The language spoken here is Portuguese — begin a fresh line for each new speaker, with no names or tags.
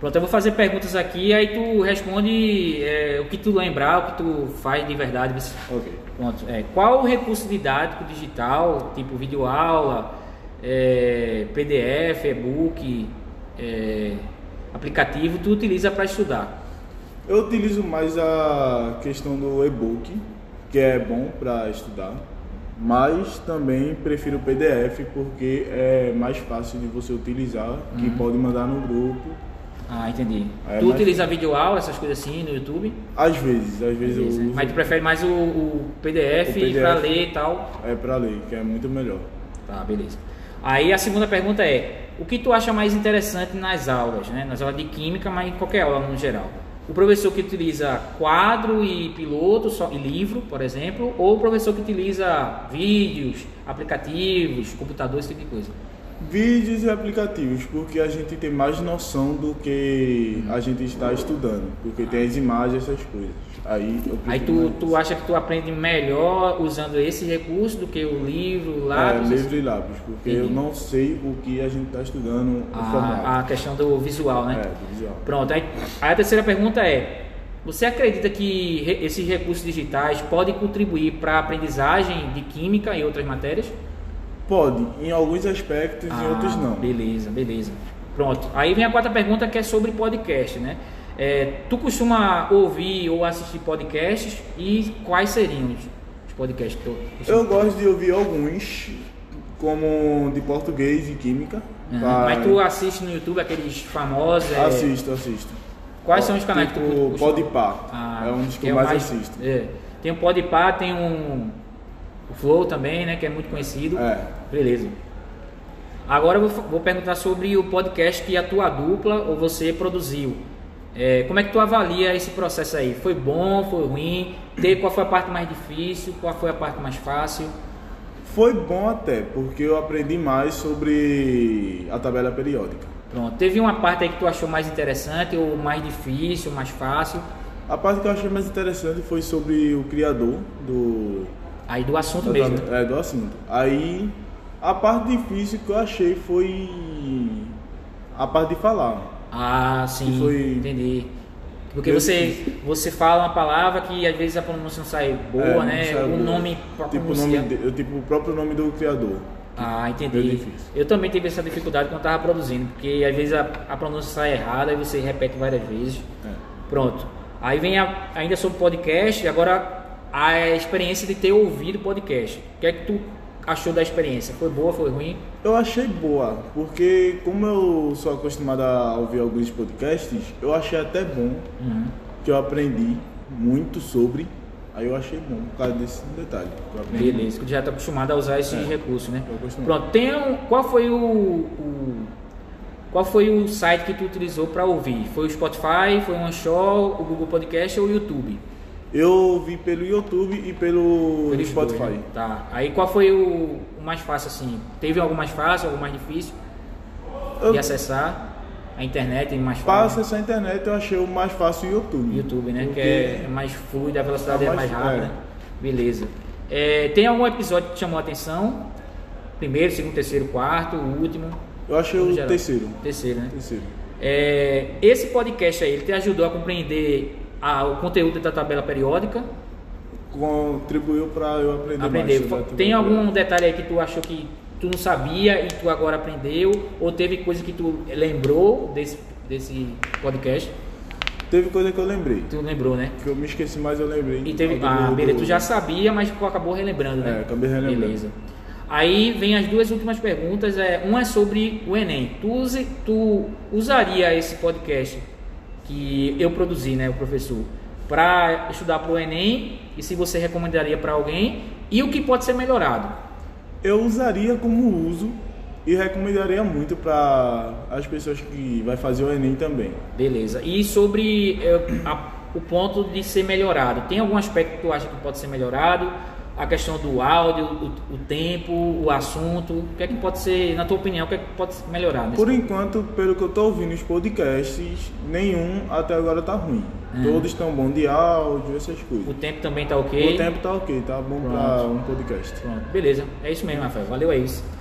Pronto, eu vou fazer perguntas aqui, aí tu responde é, o que tu lembrar, o que tu faz de verdade. você-
Ok.
Pronto, é, qual o recurso didático digital, tipo videoaula, é, PDF, e-book, é, aplicativo, tu utiliza para estudar?
Eu utilizo mais a questão do e-book, que é bom para estudar, mas também prefiro o PDF porque é mais fácil de você utilizar, que
Uhum.
pode mandar no grupo.
Ah, entendi.
Ah, é
tu
mais-
utiliza videoaula, essas coisas assim, no YouTube?
Às vezes, às vezes eu
Beleza.
uso
Mas tu prefere mais o, o PDF,
O PDF.
para ler e tal?
é para ler, que é muito melhor.
Tá, beleza. Aí a segunda pergunta é: o que tu acha mais interessante nas aulas, né? Nas aulas de química, mas em qualquer aula no geral? O professor que utiliza quadro e piloto só, e livro, por exemplo, ou o professor que utiliza vídeos, aplicativos, computadores, esse tipo de coisa?
Vídeos e aplicativos, porque a gente tem mais noção do que a gente está estudando, porque tem as imagens, essas coisas. Aí, eu
Aí
prefiro
tu,
mais
tu acha que tu aprende melhor usando esse recurso do que o livro, lá?
É, livro e lápis, porque eu
Entendi.
não sei o que a gente está estudando o formato.
a, a questão do visual, Ah, né?
É, do visual.
Pronto, aí, aí a terceira pergunta é: você acredita que re- esses recursos digitais podem contribuir para a aprendizagem de química e outras matérias?
Pode, em alguns aspectos,
Ah,
em outros não.
Beleza, beleza. Pronto, aí vem a quarta pergunta que é sobre podcast, né? É, tu costuma ouvir ou assistir podcasts e quais seriam os- os podcasts que tu costuma-
Eu gosto de ouvir alguns, como de português e química.
Aham.
pra-
Mas tu assiste no YouTube aqueles famosos. é,
Assisto, assisto.
Quais são os canais
tipo,
que tu costuma-
Podpah,
Ah,
é um dos que
é
eu
o
mais, assisto.
é. Tem o Podpah, tem um, o Flow também, né? Que é muito conhecido.
É.
Beleza. Agora eu vou, fa- vou perguntar sobre o podcast que a tua dupla ou você produziu. É, como é que tu avalia esse processo aí? Foi bom, foi ruim? Ter qual foi a parte mais difícil? Qual foi a parte mais fácil?
Foi bom até, porque eu aprendi mais sobre a tabela periódica.
Pronto. Teve uma parte aí que tu achou mais interessante ou mais difícil, mais fácil?
A parte que eu achei mais interessante foi sobre o criador do,
Aí do assunto
da
mesmo. né?
tabela- é, do assunto. Aí a parte difícil que eu achei foi a parte de falar.
Ah, sim.
Que foi-
Entendi. Porque
Meio
você, você fala uma palavra que às vezes a pronúncia não sai boa,
É, não
né?
sabe
O nome pra
tipo, o
pronunciar.
nome de- eu, tipo o próprio nome do criador.
Ah,
Meio
entendi.
difícil.
Eu também tive essa dificuldade quando estava produzindo, porque às vezes a, a pronúncia sai errada e você repete várias vezes.
É.
Pronto. Aí vem a- ainda sobre podcast, agora a experiência de ter ouvido podcast. O que é que tu achou da experiência? Foi boa, foi ruim?
Eu achei boa, porque como eu sou acostumado a ouvir alguns podcasts, eu achei até bom
Uhum.
que eu aprendi muito sobre. Aí eu achei bom por causa desse detalhe. que eu aprendi.
Beleza, que tu já está acostumado a usar esses recursos, né?
É, tô acostumado.
Pronto, tem um, qual foi o, o- qual foi o site que tu utilizou para ouvir? Foi o Spotify, foi o Anchor, o Google Podcast ou o YouTube?
Eu vi pelo YouTube e pelo
Eles dois,
Spotify.
né? Tá. Aí qual foi o, o mais fácil assim? Teve algo mais fácil, algo mais difícil
Eu-
de acessar a internet é mais
Passa
fácil?
essa internet, eu achei o mais fácil o YouTube.
YouTube, né? Que
Porque
é mais fluido, a velocidade
É
é mais
mais-
rápida.
é.
né? Beleza. É, tem algum episódio que te chamou a atenção? Primeiro, segundo, terceiro, quarto, o último?
Eu achei
No
o
geral.
terceiro.
Terceiro, né?
Terceiro.
É, esse podcast aí, ele te ajudou a compreender a- o conteúdo da tabela periódica?
Contribuiu para eu aprender,
Aprender.
mais. sobre a
Tem
tabela
algum
periódica.
detalhe aí que tu achou que tu não sabia e tu agora aprendeu? Ou teve coisa que tu lembrou desse, desse podcast?
Teve coisa que eu lembrei.
Tu lembrou, né?
Que eu me esqueci, mas eu lembrei.
E teve,
Do-
ah,
do-
beleza, tu já sabia, mas tu acabou relembrando, né?
É, acabei relembrando.
Beleza. Aí vem as duas últimas perguntas. É, uma é sobre o Enem. Tu, use- tu usaria esse podcast que eu produzi, né, o professor, para estudar para o Enem? E se você recomendaria para alguém? E o que pode ser melhorado?
Eu usaria como uso e recomendaria muito para as pessoas que vai fazer o Enem também.
Beleza. E sobre eh, a- o ponto de ser melhorado, tem algum aspecto que tu acha que pode ser melhorado? A questão do áudio, o, o tempo, o assunto, o que é que pode ser, na tua opinião, o que é que pode melhorar? nesse-
Por enquanto, pelo que eu tô ouvindo os podcasts, nenhum até agora tá ruim. Todos estão bom de áudio, essas
Uhum. O
coisas.
tempo também tá ok?
O tempo tá ok, tá bom para um podcast.
Pronto, beleza. É isso mesmo, Rafael. Valeu, é isso.